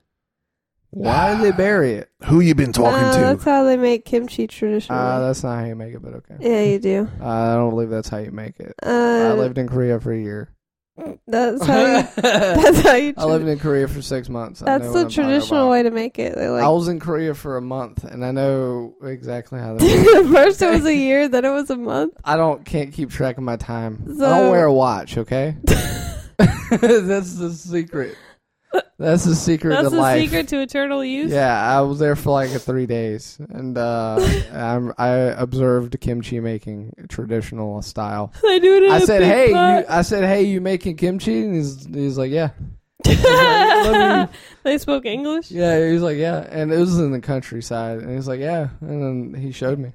S2: Why do they bury it?
S4: Who you been talking
S1: Uh,
S4: to?
S1: That's how they make kimchi traditionally.
S2: Uh, that's not how you make it, but okay.
S1: yeah, you do.
S2: Uh, I don't believe that's how you make it.
S1: Uh,
S2: I lived in Korea for a year.
S1: That's how. You,
S2: I
S1: that's how you.
S2: lived in Korea for six months. I know
S1: that's
S2: what
S1: the
S2: I'm talking
S1: traditional
S2: about.
S1: way to make it. They
S2: I
S1: like
S2: was in Korea for a month, and I know exactly how. That
S1: first it was a year, then it was a month.
S2: I don't can't keep track of my time. I don't
S1: So-
S2: wear a watch. Okay, that's the secret. That's the secret
S1: That's
S2: of
S1: the
S2: life.
S1: secret to eternal youth.
S2: Yeah, I was there for like three days, and uh, I'm, I observed kimchi making traditional style.
S1: They do it. In
S2: I
S1: a
S2: said,
S1: big
S2: "Hey, you,
S1: pot.
S2: I said, hey, you making kimchi?" And he's he's like, "Yeah." He's like, "Let me-"
S1: they spoke English.
S2: yeah, he's like, "Yeah," and it was in the countryside, and he's like, "Yeah," and then he showed me.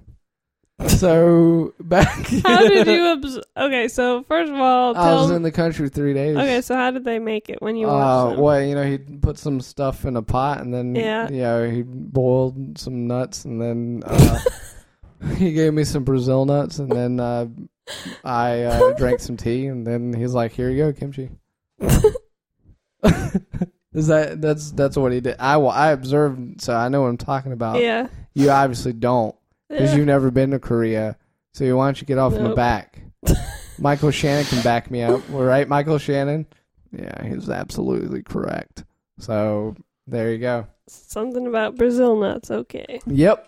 S2: So back,
S1: How did you? Obs- okay, so first of all,
S2: I was
S1: tell
S2: in the country three days.
S1: Okay, so how did they make it when you
S2: Uh,
S1: watched them?
S2: well, you know, he put some stuff in a pot, and then
S1: Yeah.
S2: you know, he boiled some nuts, and then uh, he gave me some Brazil nuts, and then uh, I uh, drank some tea, and then he's like, "Here you go, kimchi." uh, Is that that's that's what he did? I wa- I observed, so I know what I'm talking about.
S1: yeah.
S2: You obviously don't, because
S1: Yeah.
S2: you've never been to Korea. So why don't you get off my
S1: Nope.
S2: back? Michael Shannon can back me up, All right, Michael Shannon? Yeah, he's absolutely correct. So There you go.
S1: Something about Brazil nuts. Okay.
S2: Yep.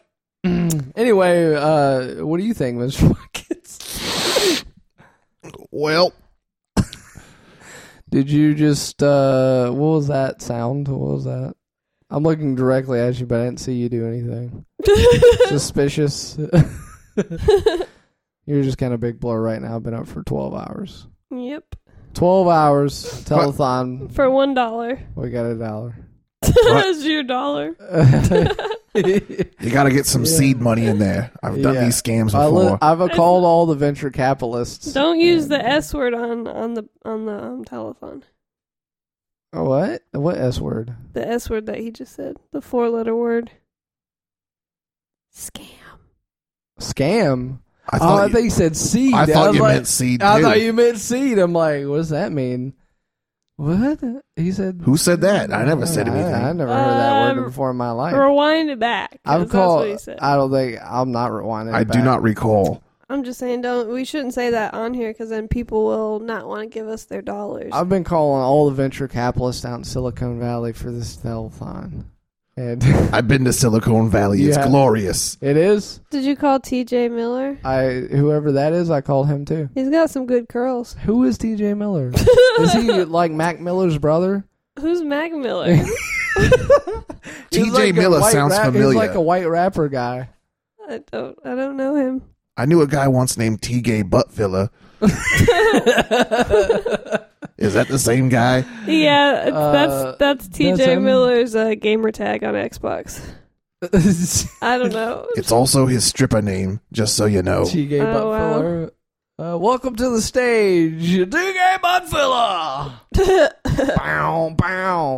S2: Mm. anyway, uh, what do you think, Mr. Watkins?
S4: Well,
S2: Did you just uh what was that sound? What was that? I'm looking directly at you, but I didn't see you do anything. Suspicious. You're just kind of big blur right now. Been up for 12 hours.
S1: yep.
S2: 12 hours telethon.
S1: For one dollar.
S2: We got a dollar.
S1: That's your dollar.
S4: you got to get some
S2: Yeah.
S4: seed money in there. I've done
S2: Yeah.
S4: these scams
S2: I
S4: before.
S2: have called all the venture capitalists.
S1: Don't use the S word on on the on the um, telephone.
S2: Oh, What? What S word?
S1: The S word that he just said. The four letter word. Scam.
S2: Scam. oh,
S4: I
S2: I
S4: thought you,
S2: think he said seed.
S4: I thought
S2: was
S4: you
S2: like-
S4: meant seed.
S2: I
S4: too.
S2: thought you meant seed. I'm like, what does that mean? What? He said.
S4: Who said that? I never said
S2: I-
S4: anything.
S2: I, never heard that
S1: Um,
S2: word before in my life.
S1: Rewind it back. 'cause
S2: I've
S1: that's
S2: called.
S1: what he said.
S2: I don't think I'm not rewinding.
S4: I
S2: it
S4: do
S2: back.
S4: not recall.
S1: I'm just saying, don't. We shouldn't say that on here because then people will not want to give us their dollars.
S2: I've been calling all the venture capitalists out in Silicon Valley for this telethon, and
S4: I've been to Silicon Valley. It's
S2: Yeah.
S4: glorious.
S2: it is.
S1: Did you call T.J. Miller?
S2: I whoever that is, I called him too.
S1: He's got some good curls.
S2: Who is T.J. Miller? is he like Mac Miller's brother?
S1: Who's Mac Miller?
S2: He's
S4: T.J.
S2: like a
S4: Miller
S2: white
S4: sounds
S2: rap-
S4: familiar.
S2: He's like a white rapper guy.
S1: I don't. I don't know him.
S4: I knew a guy once named T. Gay Buttfiller. Is that the same guy?
S1: Yeah,
S2: Uh,
S1: that's that's
S2: that's
S1: T.J.
S2: him.
S1: Miller's uh, gamer tag on Xbox.
S2: Oh.
S1: I don't know.
S4: It's also his stripper name, just so you know.
S2: T. Gay
S1: Oh,
S2: Buttfiller. Uh, welcome to the stage, T. Gay Buttfiller. bow, bow.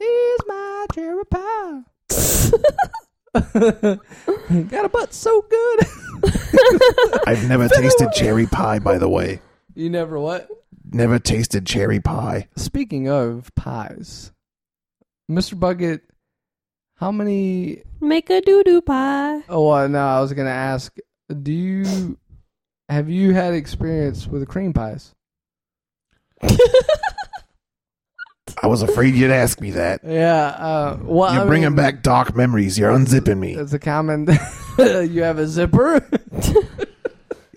S2: Here's my cherry pie. Got a butt so good.
S4: I've never tasted cherry pie, by the way.
S2: you never what?
S4: Never tasted cherry pie.
S2: Speaking of pies, Mr. Bucket, how many?
S1: Make a doo doo pie.
S2: Oh uh, no, I was gonna ask. Do you have you had experience with cream pies?
S4: I was afraid you'd ask me that.
S2: Yeah. Uh, well,
S4: You're
S2: I
S4: bringing
S2: mean,
S4: back dark memories. You're unzipping me.
S2: That's a common. you have a zipper,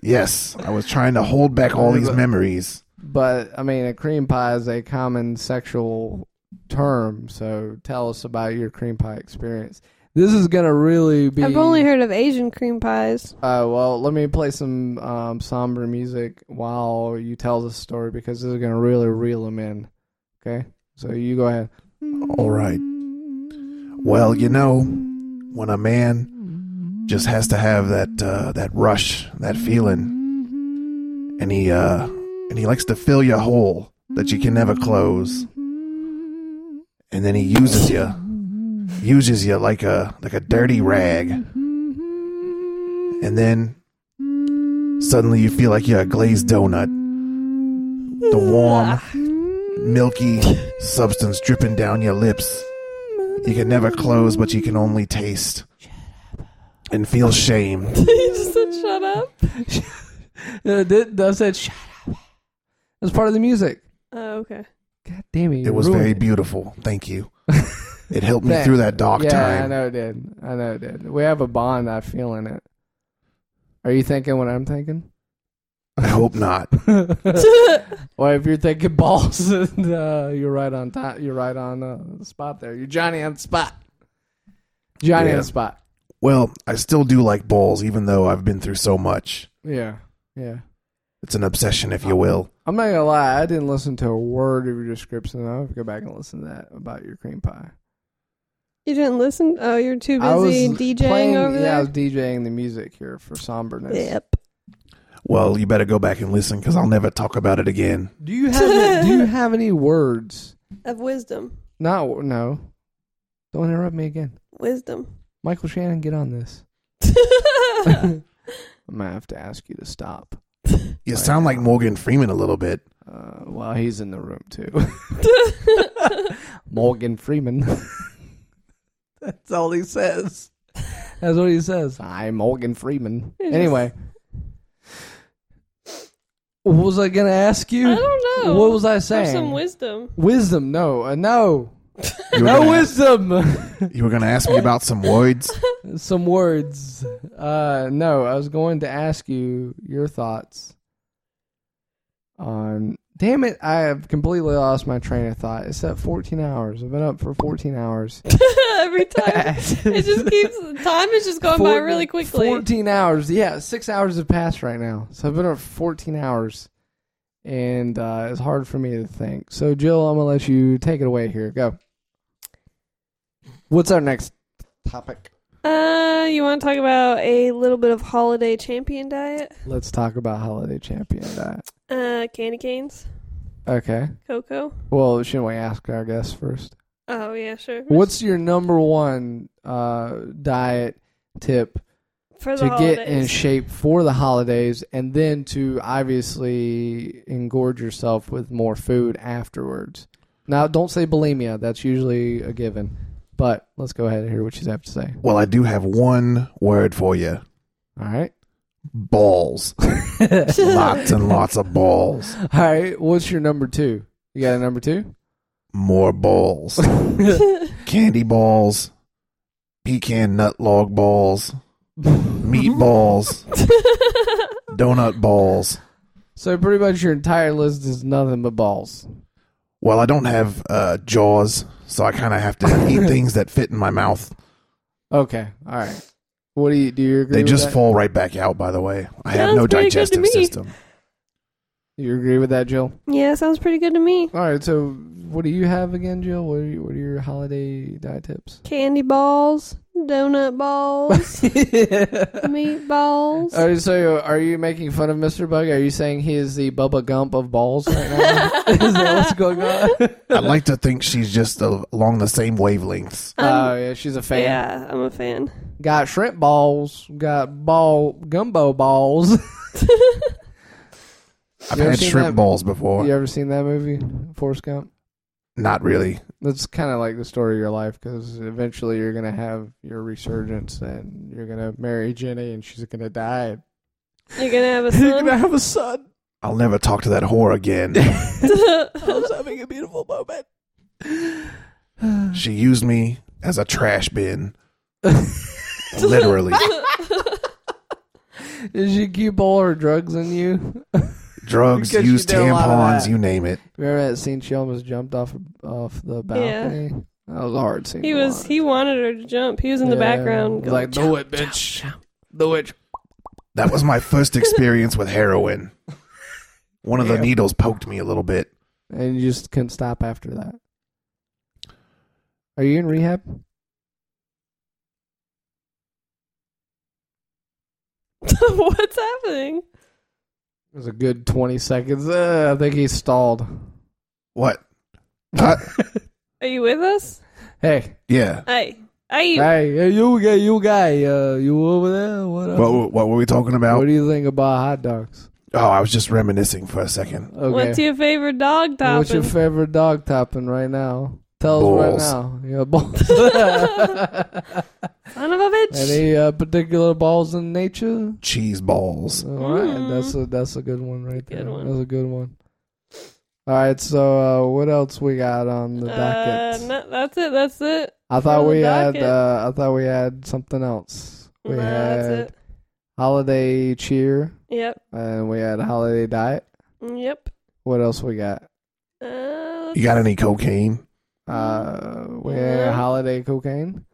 S4: Yes, I was trying to hold back all these memories.
S2: but I mean, a cream pie is a common sexual term. So tell us about your cream pie experience. This is gonna really be.
S1: I've only heard of Asian cream pies.
S2: Uh, well, let me play some um, somber music while you tell the story because this is gonna really reel them in. Okay, so you go ahead.
S4: All right. Well, you know, when a man just has to have that uh, that rush, that feeling, and he uh, and he likes to fill your hole that you can never close, and then he uses you, uses you like a like a dirty rag, and then suddenly you feel like you're a glazed donut, the warm, milky substance dripping down your lips. You can never close, but you can only taste and feel shame.
S1: he just said, "Shut up."
S2: Uh, that, that said, shut up. That's part of the music.
S1: Oh, okay.
S2: God damn it! you
S4: It was
S2: ruined
S4: very
S2: it.
S4: beautiful. Thank you. It helped me
S2: Thanks.
S4: through that dark
S2: yeah, I
S4: time.
S2: know it did. I know it did. We have a bond. I feel in it. Are you thinking what I'm thinking?
S4: I hope not.
S2: Or if you're thinking balls, and, uh, you're right on top. You're right on uh, the spot there. You're Johnny on the spot. Johnny on
S4: Yeah.
S2: the spot.
S4: Well, I still do like balls, even though I've been through so much.
S2: Yeah, yeah.
S4: It's an obsession, if you will.
S2: I'm not gonna lie. I didn't listen to a word of your description. I have to go back and listen to that about your cream pie.
S1: You didn't listen? Oh, you're too
S2: I was
S1: busy DJing
S2: playing,
S1: over
S2: Yeah, I was
S1: there.
S2: DJing the music here for somberness.
S1: Yep.
S4: Well, you better go back and listen because I'll never talk about it again.
S2: Do you have Do you have any words?
S1: Of wisdom,
S2: Not no. Don't interrupt me again,
S1: wisdom.
S2: Michael Shannon. Get on this. I'm gonna have to ask you to stop.
S4: You
S2: Right.
S4: sound like Morgan Freeman a little bit.
S2: Uh, well, he's in the room too. Morgan Freeman. That's all he says. That's what he says. I'm Morgan Freeman.
S1: It is.
S2: Anyway, what was I gonna ask you?
S1: I don't know.
S2: What was I
S1: Have
S2: saying?
S1: some wisdom.
S2: Wisdom? No, uh, no.
S4: You were,
S2: No
S4: gonna,
S2: wisdom.
S4: you were gonna ask me about some words.
S2: Some words. Uh, no, I was going to ask you your thoughts on. Damn it! I have completely lost my train of thought. It's at 14 hours. I've been up for 14 hours.
S1: Every time it just keeps time is just going by
S2: Four-
S1: really quickly.
S2: 14 hours. Yeah, six hours have passed right now. So I've been up 14 hours. And uh, it's hard for me to think. So, Jill, I'm going to let you take it away here. Go. What's our next topic?
S1: Uh, you want to talk about a little bit of holiday champion diet?
S2: Let's talk about Holiday Champion Diet.
S1: Uh, candy canes,
S2: Okay.
S1: cocoa.
S2: Well, shouldn't we ask our guests first?
S1: Oh yeah, sure.
S2: What's your number one uh, diet tip
S1: for the
S2: to
S1: holidays?
S2: get in shape for the holidays and then to obviously engorge yourself with more food afterwards. Now, don't say bulimia, that's usually a given, but let's go ahead and hear what you have to say.
S4: Well, I do have one word for you:
S2: All right.
S4: balls. lots and lots of balls.
S2: All right. What's your number two? You got a number two?
S4: More balls. Candy balls. Pecan nut log balls. Meatballs. donut balls.
S2: so, pretty much your entire list is nothing but balls.
S4: Well, I don't have uh, jaws, so I kind of have to eat things that fit in my mouth.
S2: Okay. All right. What do you do? You agree
S4: They
S2: with
S4: just
S2: that?
S4: fall right back out. By the way, I have
S1: Sounds
S4: no
S1: pretty good to
S4: digestive
S1: me.
S4: system.
S2: you agree with that, Jill?
S1: yeah, sounds pretty good to me.
S2: All right. So, what do you have again, Jill? What are, you, what are your holiday diet tips?
S1: Candy balls, donut balls, meatballs.
S2: All right, so are you making fun of Mr. Bug? Are you saying he is the Bubba Gump of balls right now? is that what's going on?
S4: I like to think she's just uh, along the same wavelengths.
S2: Oh,
S1: I'm-
S2: yeah, she's a fan.
S1: yeah, I'm a fan.
S2: Got shrimp balls, got ball gumbo balls.
S4: I've
S2: You ever
S4: had
S2: seen
S4: shrimp
S2: that-
S4: balls before.
S2: you ever seen that movie, Forrest Gump?
S4: Not really.
S2: That's kind of like the story of your life because eventually you're going to have your resurgence and you're going to marry Jenny and she's going to die.
S1: You're gonna have a
S2: You're going to
S1: son.
S2: have a son.
S4: I'll never talk to that whore again.
S2: I was having a beautiful moment.
S4: she used me as a trash bin. Literally.
S2: Did she keep all her drugs in you?
S4: Drugs,
S2: Because she
S4: used
S2: did a lot of
S4: tampons,
S2: that.
S4: you name it.
S2: Remember that scene she almost jumped off off
S1: Yeah.
S2: the balcony? That was a hard scene.
S1: he
S2: to
S1: was
S2: watch.
S1: he wanted her to jump. He was in the
S2: Yeah.
S1: background going,
S2: like the witch, bitch, the witch.
S4: That was my first experience with heroin. One of the
S2: Damn.
S4: needles poked me a little bit.
S2: And you just couldn't stop after that. Are you in rehab?
S1: "What's happening?"
S2: It was a good twenty seconds. Uh, I think he stalled.
S4: What? Uh,
S1: Are you with us?
S2: Hey,
S4: yeah.
S1: Hey, hey,
S2: hey, hey, you guy, you guy, uh, you over there? What up?
S4: What, what were we talking
S2: what
S4: about?
S2: do you think about hot dogs?
S4: Um, Oh, I was just reminiscing for a second.
S2: Okay.
S1: what's your favorite dog topping?
S2: What's your favorite dog topping right now? Tell
S4: Balls.
S2: us right now. Yeah, balls.
S1: Son of a bitch!
S2: Any uh, particular balls in nature?
S4: Cheese balls.
S2: All right,
S1: Mm.
S2: that's a that's a good one right
S1: Good
S2: there.
S1: one.
S2: That's a good one. All right, so uh, what else we got on the
S1: Uh,
S2: docket?
S1: no, that's it. That's it.
S2: I thought
S1: for the
S2: we had
S1: docket.
S2: uh, I thought we had something else. We
S1: No,
S2: had
S1: that's it.
S2: holiday cheer
S1: Yep. mm,
S2: and we had holiday diet.
S1: Yep.
S2: What else we got?
S1: Uh,
S4: You got any cocaine?
S2: Uh, we
S1: Yeah.
S2: had holiday cocaine.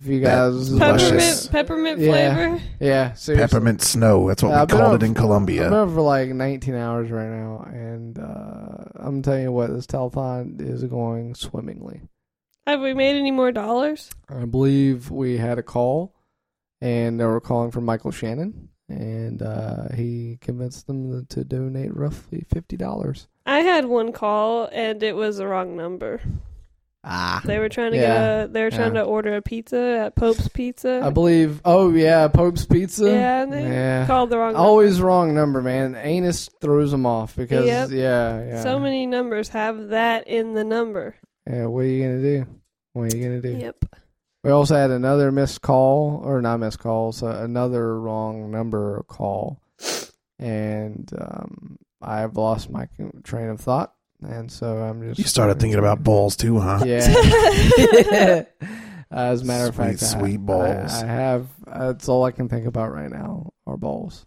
S2: If you
S4: That
S2: guys,
S4: luscious.
S1: peppermint, peppermint
S2: Yeah.
S1: flavor.
S2: yeah, seriously.
S4: Peppermint snow. That's what
S2: Yeah,
S4: we
S2: I've been
S4: called
S2: on-
S4: it in
S2: I've
S4: Colombia.
S2: been up for like 19 hours right now, and uh, I'm telling you what, this telethon is going swimmingly.
S1: Have we made any more dollars?
S2: I believe we had a call, and they were calling for Michael Shannon, and uh, he convinced them to donate roughly $50.
S1: I had one call and it was the wrong number.
S2: Ah.
S1: They were trying to
S2: Yeah.
S1: get a. They were trying
S2: Yeah.
S1: to order a pizza at Pope's Pizza.
S2: I believe, oh yeah, Pope's Pizza.
S1: yeah, and they
S2: Yeah. Oh,
S1: called the wrong.
S2: Always wrong number, man. Anus throws them off because,
S1: Yep.
S2: yeah, yeah.
S1: number. So many numbers have that in the number.
S2: Yeah, what are you going to do? What are you going to do?
S1: Yep.
S2: We also had another missed call, or not missed call, so another wrong number call, and um, I've lost my con- train of thought. and so I'm just
S4: You started thinking about balls too, huh?
S2: Yeah. As a matter of
S4: Sweet,
S2: fact, I-
S4: sweet balls.
S2: I, I have. That's all I can think about right now are balls.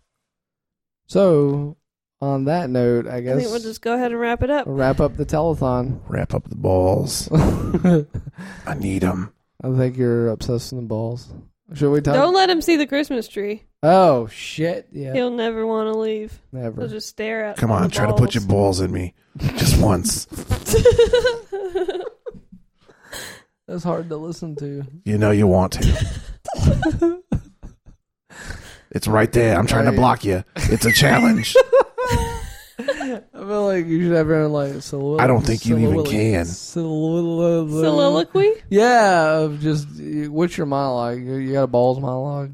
S2: So, on that note, I
S1: I
S2: guess
S1: think we'll just go ahead and wrap it up.
S2: we'll wrap up the telethon.
S4: Wrap up the balls.
S2: I
S4: I need them.
S2: think you're obsessed with the balls. Should we talk?
S1: Don't let him see the Christmas tree.
S2: oh shit! Yeah,
S1: He'll never want to leave. He'll
S2: never.
S1: just stare at.
S4: Come
S1: all
S4: on,
S1: the
S4: try to put your
S1: balls.
S4: balls in me just once.
S2: That's hard to listen to.
S4: You know you want to. It's right there. I'm trying to
S2: Right.
S4: block you. It's a challenge.
S2: I feel like you should have everyone like solilo-
S4: I don't think you even
S2: solilo-
S4: can.
S2: solilo-
S1: Soliloquy.
S2: Yeah, of just what's your monologue? You, you got a balls monologue?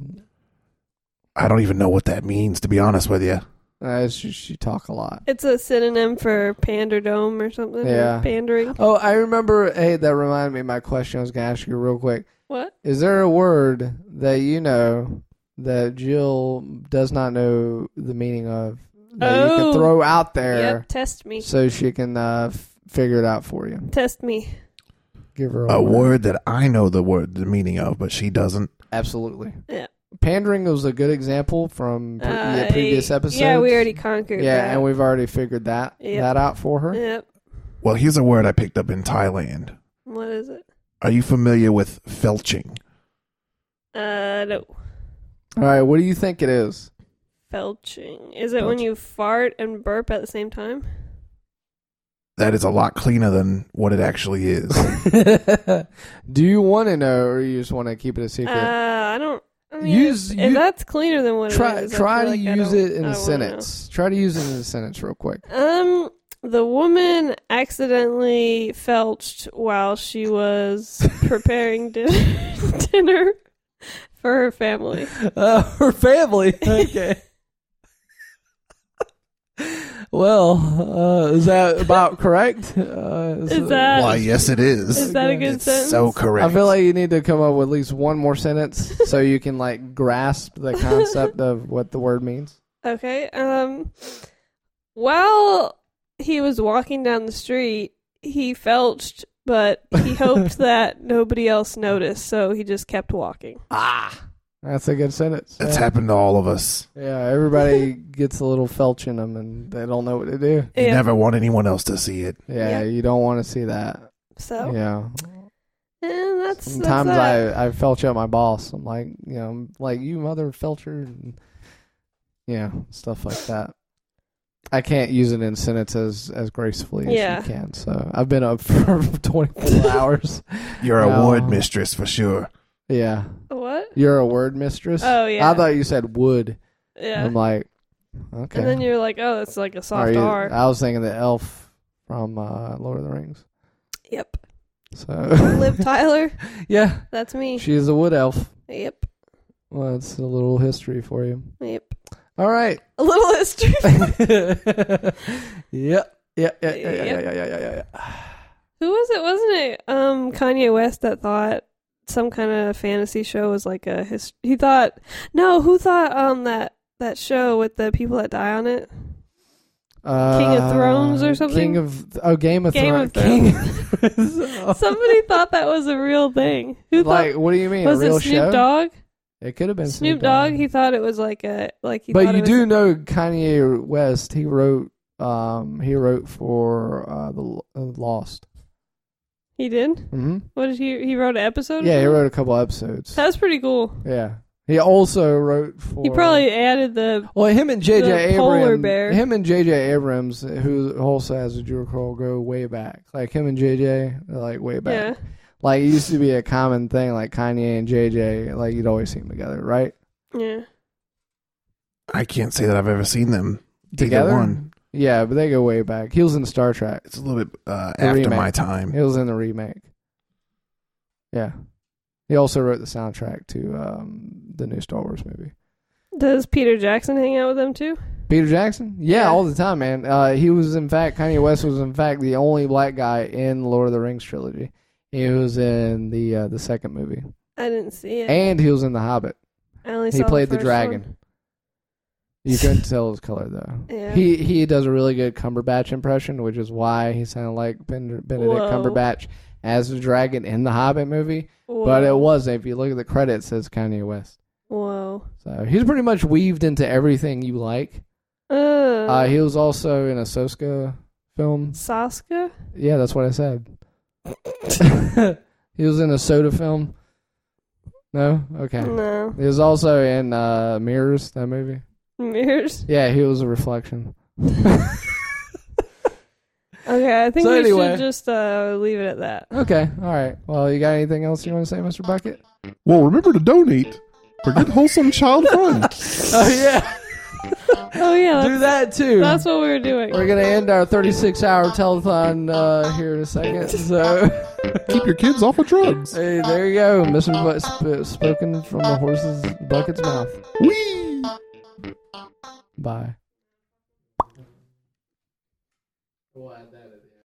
S4: I don't even know what that means, to be honest with you.
S2: Uh, it's just you talk a lot.
S1: It's a synonym for panderdome or something. or
S2: Yeah.
S1: pandering.
S2: Oh, I remember. Hey, that reminded me. of My question I was gonna ask you real quick.
S1: What?
S2: Is there a word that you know that Jill does not know the meaning of that you
S1: Oh.
S2: can throw out there
S1: Yep. Test me.
S2: so she can uh, f- figure it out for you?
S1: Test me.
S2: Give her a,
S4: A word that I know the word the meaning of, but she doesn't.
S2: Absolutely.
S1: Yeah.
S2: Pandering was a good example from pre-
S1: Uh,
S2: the previous episode.
S1: Yeah, we already conquered.
S2: Yeah,
S1: that.
S2: and we've already figured that
S1: Yep.
S2: that out for her.
S1: Yep.
S4: Well, here's a word I picked up in Thailand.
S1: What is it?
S4: Are you familiar with felching?
S1: Uh, no.
S2: All right, what do you think it is?
S1: Felching. Is it when
S2: Felching.
S1: you fart and burp at the same time?
S4: That is a lot cleaner than what it actually is.
S2: do you want to know, or you just want to keep it a secret?
S1: Uh, I don't. I mean,
S2: Use-
S1: if,
S2: you-
S1: if that's cleaner than what
S2: try
S1: it is. I
S2: try to
S1: feel like I
S2: use
S1: don't- I
S2: it in a
S1: don't wanna
S2: sentence. Try to use it in a sentence real quick.
S1: know. Um, the woman accidentally felched while she was preparing dinner, dinner for her family.
S2: Uh, her family. Okay. well, uh, is that about correct? Uh,
S1: Is that-
S4: Why, yes, it is.
S1: Is that a good
S4: it's
S1: sentence?
S4: so correct.
S2: I feel like you need to come up with at least one more sentence so you can like grasp the concept of what the word means.
S1: Okay. Um, while he was walking down the street, he felched, but he hoped that nobody else noticed, so he just kept walking.
S4: ah,
S2: That's a good sentence.
S4: that's
S2: yeah.
S4: happened to all of us.
S2: yeah, everybody gets a little felch in them and they don't know what to do.
S4: You
S1: Yeah.
S4: never want anyone else to see it.
S2: Yeah,
S1: Yeah. Oh.
S2: you don't want to see that.
S1: So
S2: Yeah.
S1: and Eh, that's that's
S2: Sometimes
S1: that.
S2: I, I felch at my boss. I'm like, you know, I'm like you mother felcher and yeah, stuff like that. I can't use it in sentences as gracefully as
S1: Yeah.
S2: you can. So I've been up for 24 hours.
S4: You're a
S2: No.
S4: word mistress for sure.
S2: Yeah.
S1: what?
S2: You're a word mistress.
S1: Oh yeah.
S2: I thought you said wood.
S1: yeah.
S2: I'm like, okay.
S1: And then you're like, oh, that's like a
S2: Are
S1: soft
S2: you-
S1: R.
S2: I was thinking the elf from uh, Lord of the Rings.
S1: yep.
S2: So
S1: Liv Tyler,
S2: yeah,
S1: that's me.
S2: she is a wood elf.
S1: Yep.
S2: Well, that's a little history for you.
S1: Yep.
S2: All right.
S1: A little history.
S2: yep. Yep. Yeah, yeah, yeah, yeah, yeah,
S1: Yep.
S2: yeah, yeah, yeah.
S1: Who was it? Wasn't it um Kanye West that thought some kind of fantasy show was like a his? He thought no, who thought um that that show with the people that die on it? King of Thrones or
S2: Uh,
S1: something?
S2: King of oh Game of
S1: Game of
S2: Thrones. King of Thrones.
S1: Somebody thought that was a real thing. Who
S2: like what do you mean?
S1: thought was
S2: a real
S1: it Snoop
S2: show?
S1: Dogg?
S2: It could have been
S1: Snoop Dogg. He thought it was like a like. He
S2: but
S1: thought
S2: you
S1: it was-
S2: do know Kanye West. He wrote um he wrote for uh the uh, Lost.
S1: He did.
S2: hmm
S1: What did he? He wrote an episode.
S2: Yeah, he
S1: of it?
S2: wrote a couple episodes.
S1: That's pretty cool.
S2: Yeah. He also wrote for
S1: He probably added the
S2: Well, him and JJ
S1: The polar
S2: Abrams,
S1: bear.
S2: him and JJ Abrams, who also has a Jew curl, go way back. Like him and JJ, they're like way
S1: yeah.
S2: back. Like it used to be a common thing. Like Kanye and JJ, like you'd always see them together, right?
S1: Yeah.
S4: I can't say that I've ever seen them. Either
S2: Together.
S4: one.
S2: Yeah, but they go way back. He was in Star Trek.
S4: It's a little bit uh,
S2: The
S4: after
S2: remake.
S4: my time.
S2: He was in the remake. Yeah, he also wrote the soundtrack to um, the new Star Wars movie.
S1: Does Peter Jackson hang out with them too?
S2: Peter Jackson? Yeah,
S1: Yeah.
S2: all the time, man. Uh, he was, in fact, Kanye West was, in fact, the only black guy in Lord of the Rings trilogy. He was in the uh, the second movie,
S1: I didn't see it.
S2: and he was in The Hobbit.
S1: I only
S2: he
S1: saw the
S2: played the
S1: first
S2: dragon.
S1: one.
S2: You couldn't tell his color though.
S1: Yeah.
S2: He he does a really good Cumberbatch impression, which is why he sounded like ben, Benedict
S1: Whoa.
S2: Cumberbatch as the dragon in the Hobbit movie.
S1: Whoa.
S2: But it wasn't. If you look at the credits, it says Kanye West.
S1: Whoa.
S2: So he's pretty much weaved into everything you like.
S1: Uh,
S2: Uh, he was also in a Soska film.
S1: Sasuke?
S2: Yeah, that's what I said. he was in a soda film. No, okay.
S1: No.
S2: He was also in uh, Mirrors, that movie.
S1: Mirrors.
S2: Yeah, he was a reflection.
S1: Okay, I think
S2: So
S1: we
S2: anyway.
S1: should just uh, leave it at that.
S2: Okay, all right. Well, you got anything else you want to say, Mr. Bucket?
S3: Well, remember to donate for good, wholesome child fun.
S2: Oh yeah,
S1: Oh yeah,
S2: do
S1: that's,
S2: that too.
S1: that's what we were doing.
S2: We're gonna end our 36-hour telethon uh, here in a second. So
S3: Keep your kids off of drugs.
S2: hey, there you go, Mr. Bu- sp- spoken from the horse's bucket's mouth.
S3: Whee!
S2: Bye.